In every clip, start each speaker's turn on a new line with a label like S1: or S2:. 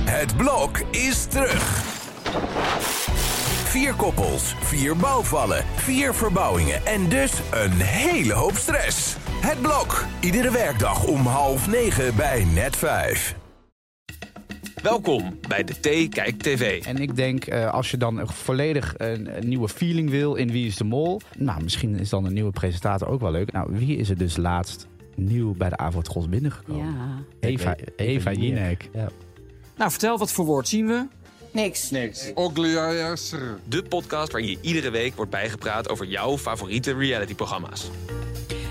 S1: Het blok is terug. Vier koppels, vier bouwvallen, vier verbouwingen en dus een hele hoop stress. Het blok, iedere werkdag om half negen bij net vijf.
S2: Welkom bij de T Kijk TV.
S3: En ik denk, eh, als je dan een volledig een, een nieuwe feeling wil in Wie is de Mol... Nou, misschien is dan een nieuwe presentator ook wel leuk. Nou, wie is er dus laatst nieuw bij de Avondgod binnengekomen?
S4: Ja.
S3: Eva, Eva Jinek.
S2: Nou, vertel wat voor woord zien we?
S4: Niks.
S5: Ogliaers.
S2: De podcast waarin je iedere week wordt bijgepraat over jouw favoriete realityprogramma's.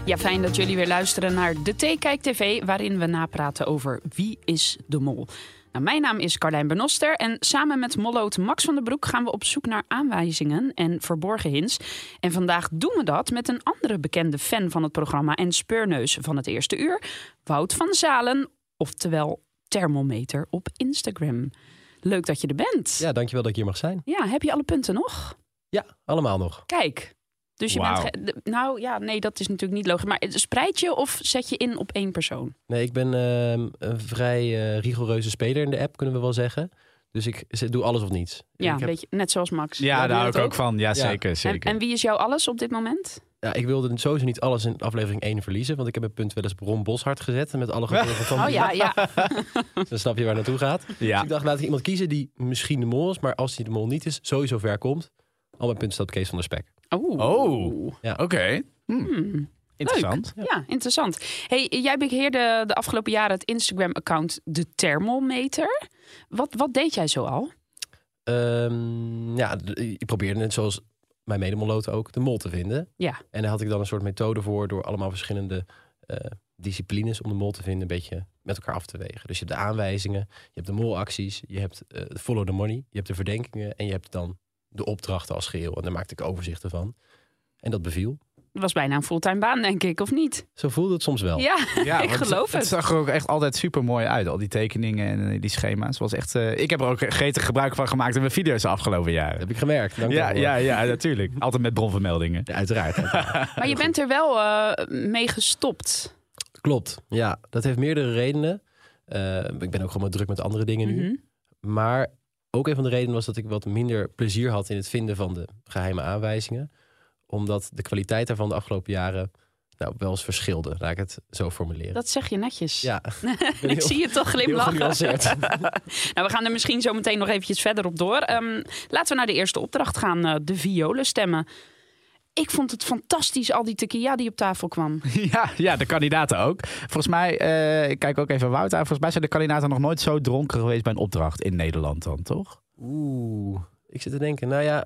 S4: Ja, fijn dat jullie weer luisteren naar de Theekijk TV, waarin we napraten over wie is de mol. Nou, mijn naam is Carlijn Benoster en samen met molloot Max van den Broek gaan we op zoek naar aanwijzingen en verborgen hints. En vandaag doen we dat met een andere bekende fan van het programma en speurneus van het eerste uur, Wout van Zalen, oftewel Thermometer op Instagram. Leuk dat je er bent.
S6: Ja, dankjewel dat ik hier mag zijn.
S4: ja heb je alle punten nog?
S6: Ja, allemaal nog.
S4: Kijk. Dus je
S3: Wauw.
S4: bent. ge- de- nou ja, nee, dat is natuurlijk niet logisch. Maar het- spreid je of zet je in op één persoon?
S6: Nee, ik ben ehm, een vrij eh, rigoureuze speler in de app, kunnen we wel zeggen. Dus ik z- doe alles of niets.
S4: Ja,
S6: ik,
S4: een beetje, net zoals Max.
S3: Ja, daar hou ik
S4: dat
S3: ook van. Ja, zeker,
S4: En,
S3: zeker.
S4: en wie is jou alles op dit moment?
S6: ja, ik wilde sowieso niet alles in aflevering 1 verliezen. Want ik heb een punt wel eens Bron Boshart gezet. Met alle gevolgen van.
S4: Oh ja, ja.
S6: Dan snap je waar het naartoe gaat. Dus
S3: ja.
S6: ik dacht, laat ik iemand kiezen die misschien de mol is. Maar als die de mol niet is, sowieso ver komt. Al mijn punten staat op Kees van der Spek.
S4: Oeh.
S3: Oh,
S6: Ja.
S3: oké. Hmm. Interessant.
S4: Leuk. Ja, interessant. Hey, jij beheerde de afgelopen jaren het Instagram-account De Thermometer. Wat, wat deed jij zo al?
S6: Ehm, ja, d- ik probeerde net zoals mijn medemoloten ook de mol te vinden.
S4: Ja.
S6: En daar had ik dan een soort methode voor door allemaal verschillende eh, disciplines om de mol te vinden een beetje met elkaar af te wegen. Dus je hebt de aanwijzingen, je hebt de molacties, je hebt eh, follow the money, je hebt de verdenkingen en je hebt dan de opdrachten als geheel. En daar maakte ik overzichten van. En dat beviel.
S4: Dat was bijna een fulltime baan, denk ik, of niet?
S6: Zo voelde het soms wel.
S4: Ja, ik
S3: want
S4: geloof
S3: Het
S4: het.
S3: zag er ook echt altijd super mooi uit. Al die tekeningen en eh, die schema's. Was echt, eh, ik heb er ook gretig gebruik van gemaakt in mijn video's de afgelopen
S6: Dat
S3: jaren.
S6: heb ik gemerkt. Dank
S3: Ja,
S6: daarvoor.
S3: ja, ja, natuurlijk. Altijd met bronvermeldingen.
S6: Ja, uiteraard.
S4: Maar je bent er wel eh, mee gestopt.
S6: Klopt. Ja, dat heeft meerdere redenen. Eh, ik ben ook gewoon druk met andere dingen nu.
S4: Mhm.
S6: Maar ook een van de redenen was dat ik wat minder plezier had in het vinden van de geheime aanwijzingen. Omdat de kwaliteit daarvan de afgelopen jaren nou, wel eens verschilde. Laat ik het zo formuleren.
S4: Dat zeg je netjes.
S6: Ja,
S4: ik zie je toch
S6: heel
S4: glimlachen.
S6: genuanceerd.
S4: Nou, we gaan er misschien zo meteen nog eventjes verder op door. Ehm, laten we naar de eerste opdracht gaan, eh, de violen stemmen. Ik vond het fantastisch, al die tequila die op tafel kwam.
S3: Ja, ja, de kandidaten ook. Volgens mij, eh, ik kijk ook even Wout aan. Volgens mij zijn de kandidaten nog nooit zo dronken geweest bij een opdracht in Nederland dan, toch?
S6: Oeh, ik zit te denken. Nou ja,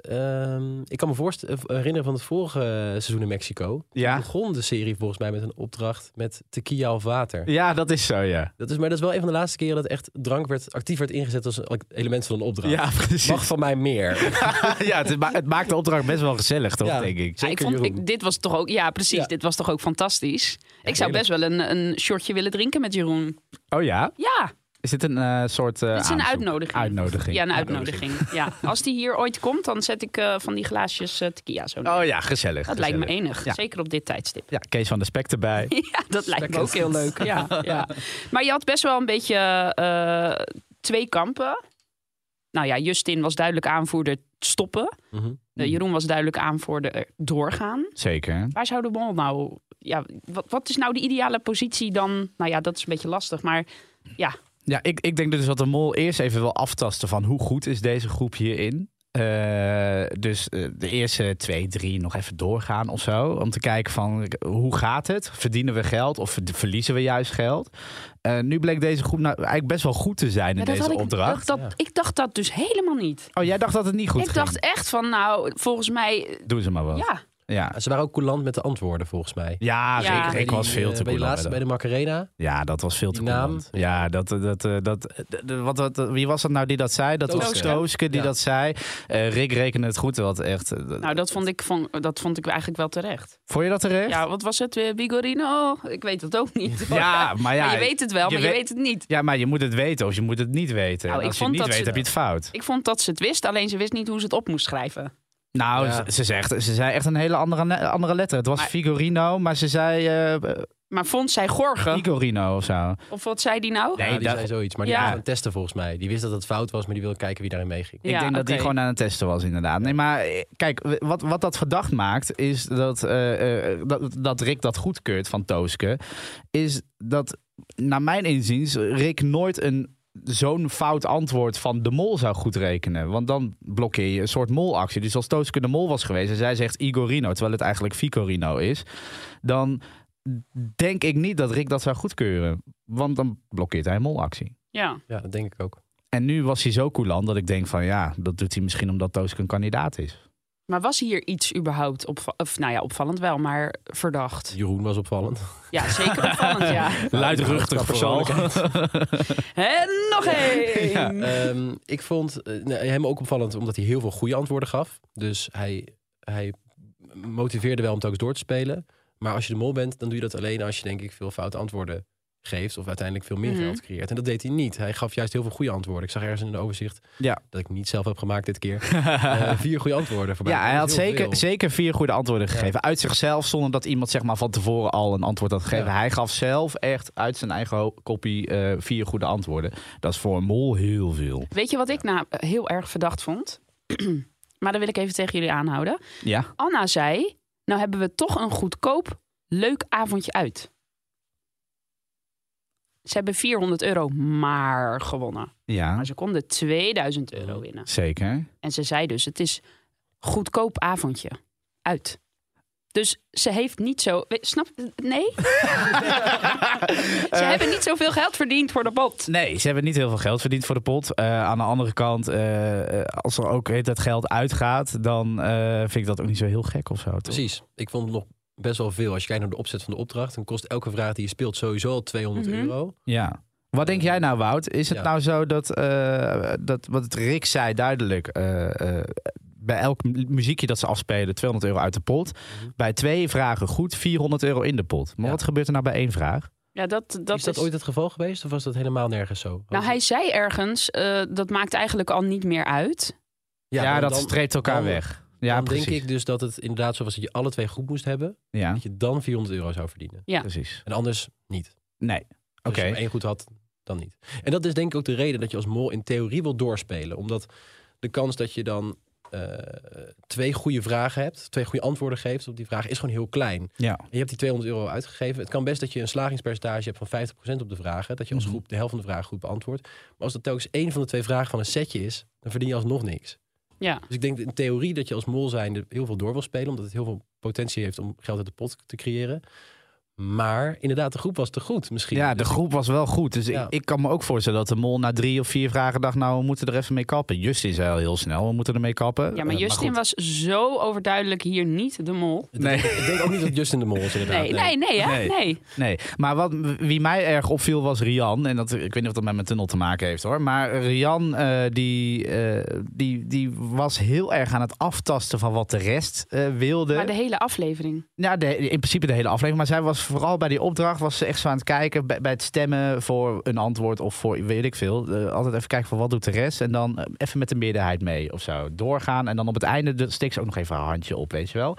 S6: ehm, ik kan me voorst- eh, herinneren van het vorige seizoen in Mexico.
S4: Ah.
S3: Ja.
S6: Begon de serie volgens mij met een opdracht met tequila of water.
S3: Ja, dat is zo, ja.
S6: Dat is, maar dat is wel een van de laatste keren dat echt drank werd, actief werd ingezet als een element van een opdracht.
S3: Ja,
S6: Mag
S3: precies.
S6: van mij meer.
S3: ja, het, ma- het maakt de opdracht best wel gezellig, toch,
S6: Ja.
S3: denk ik.
S4: Ja, ik vond,
S6: Jeroen.
S4: ik, dit was toch ook, ja, precies.
S6: Ja.
S4: Dit was toch ook fantastisch. ik zou
S6: heerlijk.
S4: best wel een, een shortje willen drinken met Jeroen.
S3: Oh ja?
S4: Ja,
S3: Is dit een eh, soort eh,
S4: dit is een
S3: aanzoek?
S4: uitnodiging.
S3: Uitnodiging.
S4: Ja, een uitnodiging. Ja. Als die hier ooit komt, dan zet ik eh, van die glaasjes eh, tequila zo. neer.
S3: Oh ja, gezellig.
S4: dat lijkt me
S3: gezellig.
S4: enig.
S3: Ja.
S4: Zeker op dit tijdstip.
S3: Ja, Kees van de Spek erbij.
S4: Ja, dat lijkt me ook heel leuk. Ja, ja. Maar je had best wel een beetje eh, twee kampen. Nou ja, Justin was duidelijk aanvoerder stoppen.
S6: Mhm.
S4: Eh, Jeroen was duidelijk aanvoerder doorgaan.
S3: Zeker.
S4: Waar zou de mol nou... Ja, wat, wat is nou de ideale positie dan? Nou ja, dat is een beetje lastig, maar...
S3: Ja, ik, ik denk dus dat de mol eerst even wil aftasten van hoe goed is deze groep hierin. Eh, dus eh, de eerste twee, drie nog even doorgaan of zo. Om te kijken van eh, hoe gaat het? Verdienen we geld of ver- verliezen we juist geld? Eh, nu bleek deze groep nou eigenlijk best wel goed te zijn in
S4: Ja, dat
S3: deze
S4: had ik,
S3: opdracht.
S4: dacht dat, ik dacht dat dus helemaal niet.
S3: Oh, jij dacht dat het niet goed
S4: ik
S3: ging?
S4: dacht echt van, nou, volgens mij... eh,
S3: Doe ze maar wat.
S4: Ja,
S3: Ja,
S6: Ze waren ook coulant met de antwoorden, volgens mij.
S3: ja,
S4: Ja.
S3: zeker.
S6: Bij
S3: Ik
S6: die,
S3: was veel
S6: eh,
S3: te
S6: bij de
S3: coulant
S6: laatste
S3: bij
S6: bij de Macarena.
S3: dat. Ja, dat was veel te
S6: Die naam.
S3: coulant. Ja, dat, dat, eh, dat, eh, d- wat, wat, wie was dat nou die dat zei? Dat was
S6: Tooske.
S3: Tooske die
S6: Ja.
S3: dat zei. Eh, Rick rekende het goed, wat echt... eh,
S4: nou, dat vond ik, vond, dat vond ik eigenlijk wel terecht.
S3: Vond je dat terecht?
S4: Ja, wat was het weer? Bigorino? Ik weet het ook niet.
S3: Ja, maar ja,
S4: Maar je weet het wel,
S3: je
S4: maar je
S3: weet-
S4: weet het niet.
S3: Ja, maar je moet het weten of je moet het niet weten.
S4: Nou,
S3: En
S4: ik
S3: als je het
S4: vond
S3: niet
S4: dat
S3: weet,
S4: ze-
S3: heb je het fout.
S4: Ik vond dat ze het wist, alleen ze wist niet hoe ze het op moest schrijven.
S3: Nou,
S6: Ja.
S3: ze, ze, zegt, ze zei echt een hele andere, andere letter. Het was
S4: Maar-
S3: Figurino, maar ze zei... eh,
S4: Maar vond zij Gorgen?
S3: Igorino of zo.
S4: Of wat zei die nou?
S3: Nee,
S6: ja, die
S3: dat-
S6: zei zoiets. Maar die
S4: Ja.
S6: was aan het testen volgens mij. Die wist dat het fout was, maar die wilde kijken wie daarin meeging.
S3: Ik
S4: Ja,
S3: denk dat die
S4: oké.
S3: gewoon aan het testen was, inderdaad. Nee, maar eh, kijk, w- wat, wat dat verdacht maakt, is dat, eh, eh, dat, dat Rick dat goedkeurt van Tooske. Is dat, naar mijn inziens, Rick nooit een zo'n fout antwoord van de mol zou goedrekenen. Want dan blokkeer je een soort molactie. Dus als Tooske de mol was geweest en zij zegt Igorino, terwijl het eigenlijk Vicorino is, dan denk ik niet dat Rick dat zou goedkeuren. Want dan blokkeert hij een molactie.
S4: Ja.
S6: Ja, dat denk ik ook.
S3: En nu was hij zo coulant dat ik denk van ja, dat doet hij misschien omdat Toosk een kandidaat is.
S4: Maar was hier iets überhaupt op, of nou ja, opvallend wel, maar verdacht?
S6: Jeroen was opvallend.
S4: Ja, zeker opvallend, ja.
S3: Luidruchtig
S4: En nog één.
S6: Ehm, ik vond eh, nee, hem ook opvallend omdat hij heel veel goede antwoorden gaf. Dus hij, hij motiveerde wel om telkens door te spelen. Maar als je de mol bent, dan doe je dat alleen als je denk ik veel foute antwoorden geeft. Of uiteindelijk veel meer
S4: Mhm.
S6: geld creëert. En dat deed hij niet. Hij gaf juist heel veel goede antwoorden. Ik zag ergens in een overzicht
S3: Ja.
S6: dat ik niet zelf heb gemaakt dit keer. eh, vier goede antwoorden voorbij.
S3: Ja, hij
S6: Dat
S3: had
S6: is heel veel.
S3: zeker, zeker vier goede antwoorden gegeven.
S6: Ja.
S3: Uit zichzelf, zonder dat iemand zeg maar, van tevoren al een antwoord had gegeven.
S6: Ja.
S3: Hij gaf zelf echt uit zijn eigen ho- kopie eh, vier goede antwoorden. Dat is voor een mol heel veel.
S4: Weet je wat ik nou eh, heel erg verdacht vond? maar dat wil ik even tegen jullie aanhouden.
S3: Ja,
S4: Anna zei, nou hebben we toch een goedkoop, leuk avondje uit. Ze hebben 400 euro maar gewonnen.
S3: ja
S4: Maar ze konden 2000 euro winnen.
S3: zeker.
S4: En ze zei dus, het is goedkoop avondje. Uit. Dus ze heeft niet zo... we- Snap? Nee? ze
S6: Eh.
S4: hebben niet zoveel geld verdiend voor de bot.
S3: Nee, ze hebben niet heel veel geld verdiend voor de pot. Eh, aan de andere kant, eh, eh, als er ook dat geld uitgaat, dan eh, vind ik dat ook niet zo heel gek of zo. toch?
S6: Precies. Ik vond het nog best wel veel. Als je kijkt naar de opzet van de opdracht, dan kost elke vraag die je speelt sowieso al 200
S4: Mhm.
S6: euro.
S3: Ja. Wat denk jij nou, Wout? Is het
S6: Eh, Ja.
S3: nou zo dat, eh, dat wat Rick zei duidelijk... eh, eh, bij elk mu- muziekje dat ze afspelen 200 euro uit de pot. Bij twee vragen goed, 400 euro in de pot. Maar
S6: Mhm. Ja.
S3: wat gebeurt er nou bij één vraag?
S4: Ja, dat, dat
S6: is dat ooit het geval geweest of was dat helemaal nergens zo?
S4: Nou,
S3: Oh.
S4: hij zei ergens, eh, dat maakt eigenlijk al niet meer uit.
S3: Ja,
S6: want
S3: dat
S6: dan-
S3: streept elkaar
S6: dan-
S3: weg. Ja,
S6: dan
S3: precies.
S6: denk ik dus dat het inderdaad zo was dat je alle twee goed moest hebben.
S3: ja,
S6: Dat je dan 400 euro zou verdienen.
S4: Ja.
S3: precies.
S6: En anders niet. Dus
S3: Nee, oké.
S6: als je maar één goed had, dan niet. En dat is denk ik ook de reden dat je als mol in theorie wil doorspelen. Omdat de kans dat je dan eh, twee goede vragen hebt, twee goede antwoorden geeft op die vraag, is gewoon heel klein.
S3: Ja.
S6: En je hebt die 200 euro uitgegeven. Het kan best dat je een slagingspercentage hebt van 50% op de vragen. Dat je als
S3: Mhm.
S6: groep de helft van de vragen goed beantwoordt. Maar als dat telkens één van de twee vragen van een setje is, dan verdien je alsnog niks.
S4: Ja.
S6: Dus ik denk in theorie dat je als mol zijnde heel veel door wil spelen. Omdat het heel veel potentie heeft om geld uit de pot te creëren. Maar inderdaad, de groep was te goed misschien.
S3: Ja, de
S6: Dus
S3: groep was wel goed. Dus
S6: Ja.
S3: ik, ik kan me ook voorstellen dat de mol na drie of vier vragen dacht... nou, we moeten er even mee kappen. Justin zei al heel snel, we moeten ermee kappen.
S4: Ja,
S3: Eh,
S4: maar Justin
S3: goed.
S4: was zo overduidelijk hier niet de mol.
S6: ik- Ik, denk- Dus ik denk ook niet dat Justin de mol is inderdaad.
S4: Nee, nee, nee, hè?
S3: Nee.
S4: Nee.
S3: Nee, maar wat, wie mij erg opviel was Rian. En dat, ik weet niet of dat met mijn tunnel te maken heeft hoor. Maar Rian eh, die, eh, die, die was heel erg aan het aftasten van wat de rest eh, wilde.
S4: Maar de hele aflevering.
S3: Ja, de, in principe de hele aflevering. Maar zij was vooral bij die opdracht was ze echt zo aan het kijken. Bij, bij het stemmen voor een antwoord of voor weet ik veel. Eh, altijd even kijken van wat doet de rest. En dan eh, even met de meerderheid mee of zo. Doorgaan. En dan op het einde de- steekt ze ook nog even haar handje op, weet je wel.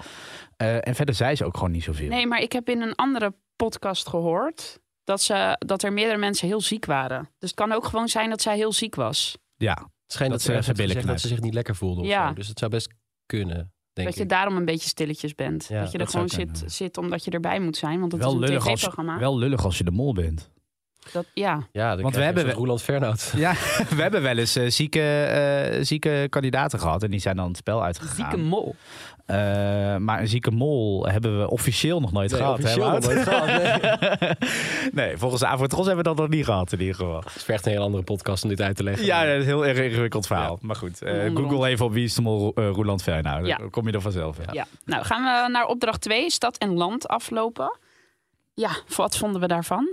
S3: Eh, en verder zei ze ook gewoon niet zoveel.
S4: Nee, maar ik heb in een andere podcast gehoord dat, ze, dat er meerdere mensen heel ziek waren. Dus het kan ook gewoon zijn dat zij heel ziek was.
S3: Ja,
S6: Het
S3: Dat
S6: schijnt dat,
S3: ze
S6: ze
S3: even
S6: ergens heeft
S3: billen
S6: gezegd dat ze zich niet lekker voelde. Of
S4: Ja.
S6: zo. Dus het zou best kunnen, denk
S4: dat je
S6: ik.
S4: daarom een beetje stilletjes bent.
S6: Ja,
S4: dat je er
S3: dat
S4: gewoon
S3: zou
S4: zit,
S3: kunnen.
S4: zit omdat je erbij moet zijn. Want het
S3: wel,
S4: is een
S3: lullig als,
S4: tv-programma.
S3: wel lullig als je de mol bent.
S4: Dat, ja.
S6: Ja, dan
S3: Want we
S6: krijg je een
S3: hebben-
S6: soort Roeland Fernhout.
S3: Ja, we hebben wel eens eh, zieke, eh, zieke kandidaten gehad. En die zijn dan het spel uitgegaan.
S4: Zieke mol.
S3: Eh, maar een zieke mol hebben we officieel nog nooit
S6: Nee,
S3: gehad.
S6: officieel
S3: hè,
S6: nog
S3: Wout?
S6: nooit gehad,
S3: nee, volgens Avrotros hebben we dat nog niet gehad in ieder geval.
S6: Het vergt een heel andere podcast om dit uit te leggen.
S3: Ja, dat is een heel erg ingewikkeld verhaal. Maar goed, eh,
S4: Onderhand.
S3: Google even op wie is de mol eh, Roeland Fernhout.
S4: Ja.
S3: Dan kom je er vanzelf. Ja.
S4: Ja. Nou, gaan we naar opdracht 2, stad en land aflopen. Ja, wat vonden we daarvan?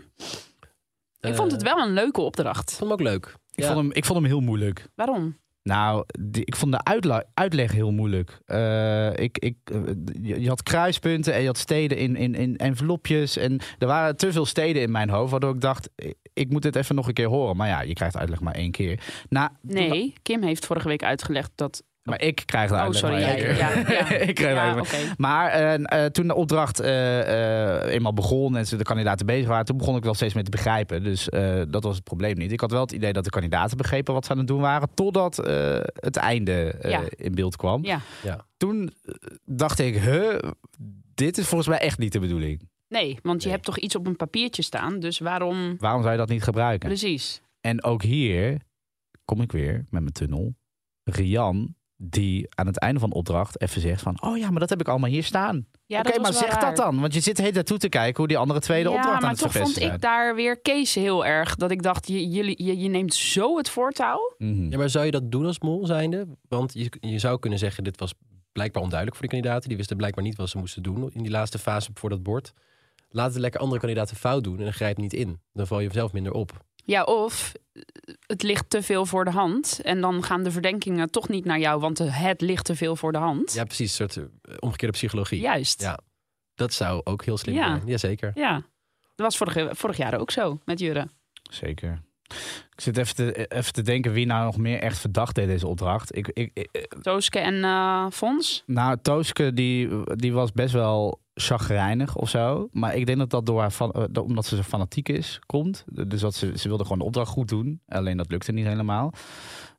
S3: Eh,
S4: ik vond het wel een leuke opdracht.
S6: eh, Ik vond hem ook leuk.
S3: Ik,
S6: Ja.
S3: vond hem, ik vond hem heel moeilijk.
S4: Waarom?
S3: Nou, die- ik vond de uitla- uitleg heel moeilijk. Eh, ik, ik, eh, je je had kruispunten en je had steden in, in, in envelopjes. En er waren te veel steden in mijn hoofd, waardoor ik dacht, eh, ik moet dit even nog een keer horen. Maar ja, je krijgt uitleg maar één keer. Na,
S4: Nee, Kim heeft vorige week uitgelegd dat
S3: Nou, Maar ik krijg de
S4: Oh,
S3: uitleg
S4: sorry.
S3: maar
S4: Ja,
S3: één
S4: ja,
S3: keer.
S4: ja.
S3: ik krijg de
S4: Ja,
S3: uitleg maar-
S4: oké.
S3: Maar eh, eh, toen de opdracht eh, eh, eenmaal begon en ze de kandidaten bezig waren, toen begon ik wel steeds meer te begrijpen. Dus eh, dat was het probleem niet. Ik had wel het idee dat de kandidaten begrepen wat ze aan het doen waren, totdat eh, het einde eh,
S4: Ja.
S3: in beeld kwam.
S4: Ja.
S3: Toen eh, dacht ik, huh, dit is volgens mij echt niet de bedoeling.
S4: Nee, want je
S6: Nee.
S4: hebt toch iets op een papiertje staan. Dus waarom
S3: Waarom zou je dat niet gebruiken?
S4: precies?
S3: En ook hier kom ik weer met mijn tunnel. Rian, die aan het einde van de opdracht even zegt van... oh ja, maar dat heb ik allemaal hier staan.
S4: Ja,
S3: Oké,
S4: dat was
S3: maar
S4: wel
S3: zeg
S4: raar.
S3: dat dan. Want je zit heel daartoe te kijken hoe die andere tweede
S4: ja,
S3: opdracht aan
S4: maar
S3: het
S4: toch
S3: verpesten
S4: vond ik daar weer Kees heel erg. Dat ik dacht, je, jullie, je, je neemt zo het voortouw.
S3: zijn. Mhm.
S6: Ja, maar zou je dat doen als mol zijnde? Want je, je zou kunnen zeggen, dit was blijkbaar onduidelijk voor de kandidaten. Die wisten blijkbaar niet wat ze moesten doen in die laatste fase voor dat bord. Laat de lekker andere kandidaten fout doen en dan grijp niet in. Dan val je zelf minder op.
S4: Ja, of eh, het ligt te veel voor de hand. En dan gaan de verdenkingen toch niet naar jou, want eh, het ligt te veel voor de hand.
S6: Ja, precies. Een soort eh, omgekeerde psychologie.
S4: Juist.
S6: Ja. Dat zou ook heel slim
S4: Ja.
S6: zijn. Jazeker.
S4: Ja. Dat was vorig, vorig jaar ook zo met Jurre.
S3: Zeker. Ik zit even te, even te denken wie nou nog meer echt verdacht deed deze opdracht. Ik, ik, ik-
S4: Tooske en eh, Fons.
S3: nou, Tooske die, die was best wel chagrijnig of zo. Maar ik denk dat dat door haar fan- eh, dat- omdat ze zo fanatiek is, komt. Dus dat ze, ze wilde gewoon de opdracht goed doen. Alleen dat lukte niet helemaal.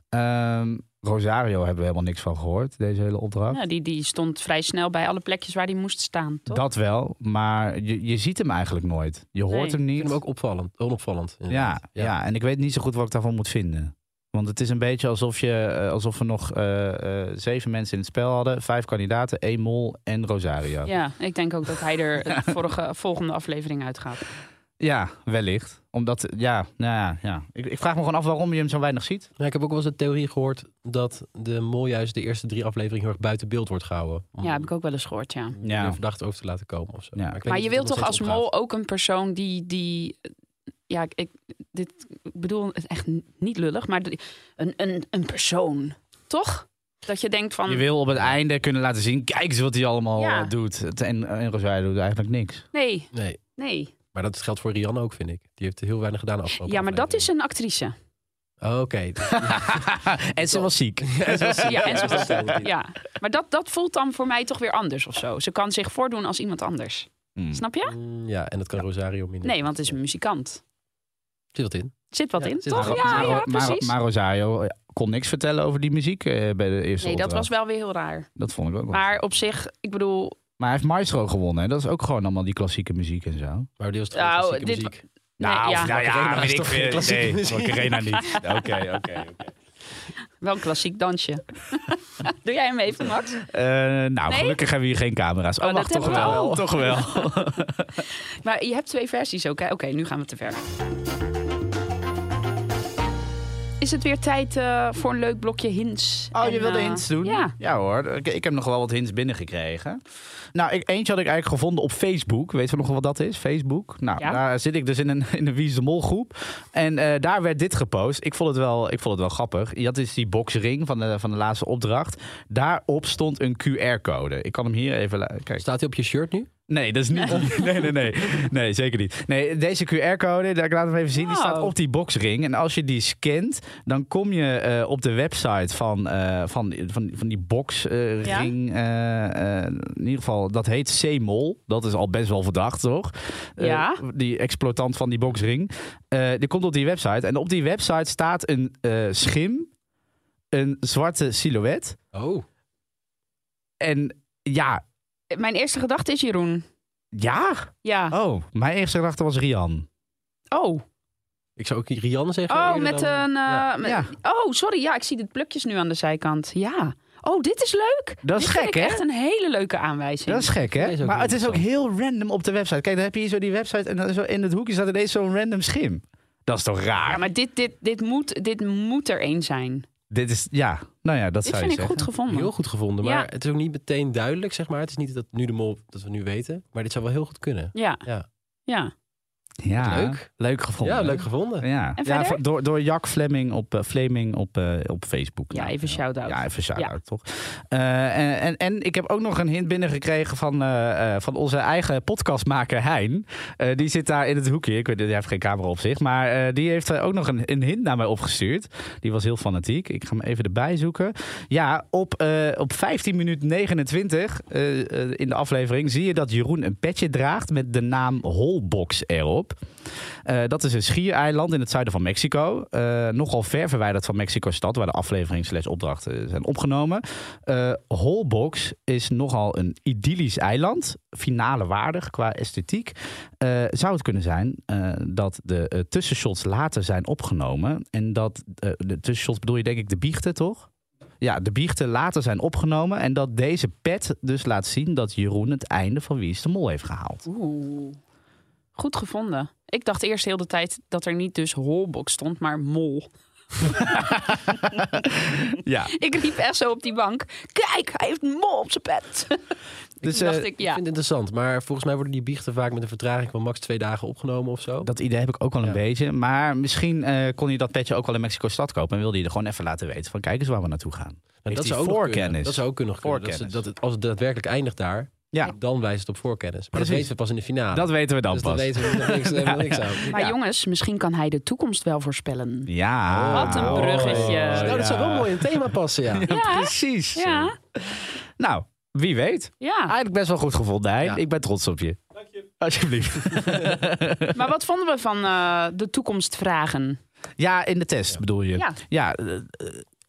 S3: Ehm, Rosario hebben we helemaal niks van gehoord, deze hele opdracht.
S4: Ja, die, die stond vrij snel bij alle plekjes waar die moest staan, toch?
S3: dat wel, maar je, je ziet hem eigenlijk nooit. Je hoort
S4: Nee.
S3: hem
S6: Ik
S3: niet.
S6: vind hem ook opvallend, onopvallend.
S3: Ja,
S6: inderdaad.
S3: ja. en ik weet niet zo goed wat ik daarvan moet vinden. Want het is een beetje alsof, je, eh, alsof we nog eh, eh, zeven mensen in het spel hadden. Vijf kandidaten, één mol en Rosario. Ja,
S4: Ja, ik denk ook dat hij er de vorige, volgende aflevering uitgaat.
S3: wellicht. Omdat, ja, nou ja, ja. Ik, ik vraag me gewoon af waarom je hem zo weinig ziet.
S6: Ja, Nou, ik heb ook wel eens een theorie gehoord dat de mol juist de eerste drie afleveringen heel erg buiten beeld wordt gehouden. Om
S4: Ja, heb ik ook wel eens gehoord, ja.
S6: om
S3: Ja.
S6: de verdachte over te laten komen of zo.
S3: Ja.
S6: ik weet
S4: Maar
S6: niet
S4: je
S6: of
S4: wilt
S6: dat
S4: toch
S6: nog
S4: als
S6: steeds opgaat.
S4: mol ook een persoon die... die ja, ik- ik, dit, ik bedoel het echt niet lullig, maar die- een, een, een persoon, toch? Dat je denkt van...
S3: Je wil op het einde kunnen laten zien, kijk eens wat hij allemaal
S4: Ja.
S3: eh, doet. Het- En, en Rosario doet eigenlijk niks.
S4: Nee,
S6: Nee,
S4: nee.
S6: maar dat geldt voor Rianne ook, vind ik. Die heeft heel weinig gedaan de afgelopen
S4: Ja, maar dat is
S6: aflevering.
S4: een actrice.
S6: Oh, Oké.
S3: en ze was ziek.
S4: Ja, en zo was
S6: Ja.
S4: Ja, maar dat, dat voelt dan voor mij toch weer anders of zo. Ze kan zich voordoen als iemand anders.
S3: Hmm.
S4: Snap je?
S6: Mm, ja, en dat kan Rosario minder.
S4: Nee, want het is een muzikant.
S6: Zit wat in.
S4: Zit wat
S6: Ja,
S4: in,
S6: zit
S4: toch?
S6: wat in.
S4: Ja,
S3: maar,
S4: ja,
S3: maar-
S4: precies.
S3: maar Rosario eh, kon niks vertellen over die muziek eh, bij de eerste
S4: Nee, dat was
S3: opdracht.
S4: wel weer heel raar.
S3: Dat vond ik ook wel.
S4: Maar op zich, ik bedoel...
S3: Maar hij heeft Maestro gewonnen. Hè? Dat is ook gewoon allemaal die klassieke muziek en zo.
S6: Maar die was toch
S4: Nou,
S6: klassieke
S4: dit-
S6: muziek.
S4: nee,
S3: Nou,
S6: Nou,
S4: ja,
S6: Macarena is toch geen klassieke muziek?
S3: Macarena niet. Oké, oké.
S4: wel een klassiek dansje. Doe jij hem even, Max?
S3: Eh, nou,
S4: Nee?
S3: gelukkig hebben we hier geen camera's. Oh,
S4: Oh,
S3: wacht,
S4: dat
S3: toch
S4: hebben we
S3: wel.
S4: al.
S3: Toch wel.
S4: Maar je hebt twee versies ook, hè? Oké, nu gaan we te ver. Is het weer tijd eh, voor een leuk blokje hints?
S3: Oh,
S4: En,
S3: je wilde
S4: eh,
S3: hints doen?
S4: Ja.
S3: hoor, ik, ik heb nog wel wat hints binnengekregen. Nou, ik, eentje had ik eigenlijk gevonden op Facebook. Weet je nog wel wat dat is? Facebook? Nou,
S4: Ja.
S3: daar zit ik dus in een, in een Wie is de Mol groep. En eh, daar werd dit gepost. Ik vond het wel, ik vond het wel grappig. Je had dus die boxring van de, van de laatste opdracht. Daarop stond een QR-code. Ik kan hem hier even... la- Kijk.
S6: Staat hij op je shirt nu?
S3: Nee, dat is niet. Nee, nee, nee. Nee, zeker niet. Nee, deze QR-code, daar ik laat hem even zien, die
S4: Wow.
S3: staat op die boxring. En als je die scant, dan kom je eh, op de website van, eh, van, van, van die boxring. eh, in ieder geval, dat heet C-mol. Dat is al best wel verdacht, toch? Eh,
S4: Ja.
S3: die exploitant van die boxring. Eh, die komt op die website. En op die website staat een eh, schim, een zwarte silhouet.
S6: Oh.
S3: En ja,
S4: Mijn eerste gedachte is Jeroen.
S3: ja.
S4: Ja.
S3: Oh, mijn eerste gedachte was Rian.
S4: Oh.
S6: Ik zou ook Rianne zeggen.
S4: Oh,
S6: eerder
S4: met
S6: dan-
S4: een. eh,
S6: Ja.
S4: met-
S3: Ja.
S4: Oh, sorry. Ja, ik zie de plukjes nu aan de zijkant. Ja. Oh, dit is leuk.
S3: Dat is
S4: Dit
S3: gek,
S4: vind ik
S3: hè?
S4: echt een hele leuke aanwijzing.
S3: Dat is gek, hè?
S6: Dat is ook
S3: maar
S6: heel
S3: het is ook heel random op de website. Kijk, dan heb je hier zo die website en dan zo in het hoekje staat ineens zo'n random schim. Dat is toch raar?
S4: Ja, maar dit, dit, dit, moet, dit moet er één zijn.
S3: Dit is, ja, nou ja, dat
S4: dit
S3: zou je
S4: vind ik
S3: zeggen.
S4: goed gevonden.
S6: Heel goed gevonden, maar
S4: oh, Ja.
S6: het is ook niet meteen duidelijk, zeg maar. Het is niet dat nu de mol, dat we nu weten, maar dit zou wel heel goed kunnen.
S4: Ja.
S6: Ja.
S4: Ja.
S3: Ja,
S6: Leuk.
S3: Leuk gevonden.
S6: Ja, leuk gevonden.
S3: Ja,
S4: En
S3: ja
S4: verder?
S3: voor- door, door Jack Fleming op, eh, Fleming op, eh, op Facebook.
S4: Ja,
S3: Nou,
S4: even shout-out.
S3: Ja, even shout-out, toch? Eh, en, en, en ik heb ook nog een hint binnengekregen van, eh, eh, van onze eigen podcastmaker Hein. Eh, die zit daar in het hoekje. Ik weet, die heeft geen camera op zich. Maar eh, die heeft eh, ook nog een, een hint naar mij opgestuurd. Die was heel fanatiek. Ik ga hem even erbij zoeken. Ja, op, eh, op 15 minuut 29 eh, eh, in de aflevering zie je dat Jeroen een petje draagt met de naam Holbox erop. Eh, dat is een schiereiland in het zuiden van Mexico. Eh, nogal ver verwijderd van Mexico-stad, waar de aflevering slash opdrachten zijn opgenomen. Eh, Holbox is nogal een idyllisch eiland. Finale waardig qua esthetiek. Eh, zou het kunnen zijn eh, dat de eh, tussenshots later zijn opgenomen. En dat eh, de tussenshots bedoel je denk ik de biechten, toch? Ja, de biechten later zijn opgenomen. En dat deze pet dus laat zien dat Jeroen het einde van Wie is de Mol heeft gehaald.
S4: Oeh. Goed gevonden. Ik dacht eerst heel de tijd dat er niet dus holbox stond, maar mol.
S3: Ja,
S4: Ik riep echt zo op die bank. Kijk, hij heeft een mol op zijn pet.
S3: dus
S4: Toen
S3: eh,
S4: dacht ik,
S6: Ik
S4: ja.
S6: vind het interessant, maar volgens mij worden die biechten vaak met een vertraging van max twee dagen opgenomen of zo.
S3: Dat idee heb ik ook wel een
S6: Ja.
S3: beetje. Maar misschien eh, kon hij dat petje ook wel in Mexico-stad kopen. En wilde hij er gewoon even laten weten van kijk eens waar we naartoe gaan.
S6: Nou,
S3: Heeft
S6: dat,
S3: hij
S6: zou ook nog
S3: voorkennis?
S6: kunnen. dat zou ook kunnen. kunnen. Dat, ze,
S3: Voorkennis.
S6: dat het, als het daadwerkelijk eindigt daar,
S3: Ja.
S6: dan wijst het op voorkennis. Maar
S3: Precies.
S6: dat weten we pas in de finale.
S3: Ah. Dat weten we dan
S6: dus
S3: pas.
S6: dat weten we nog niks, helemaal niks aan.
S4: Maar jongens, misschien kan hij de toekomst wel voorspellen.
S3: Ja.
S4: Wat een bruggetje.
S6: nou, dat zou wel mooi in het thema passen, ja.
S3: Ja,
S4: Ja.
S3: precies.
S4: Ja,
S3: Nou, wie weet.
S4: ja.
S3: Eigenlijk best wel goed gevonden, Hein.
S6: Ja.
S3: Ik ben trots op je. Dank je. Alsjeblieft.
S4: Maar wat vonden we van eh, de toekomstvragen?
S3: Ja, in de test bedoel je.
S4: Ja.
S3: Ja, eh, eh,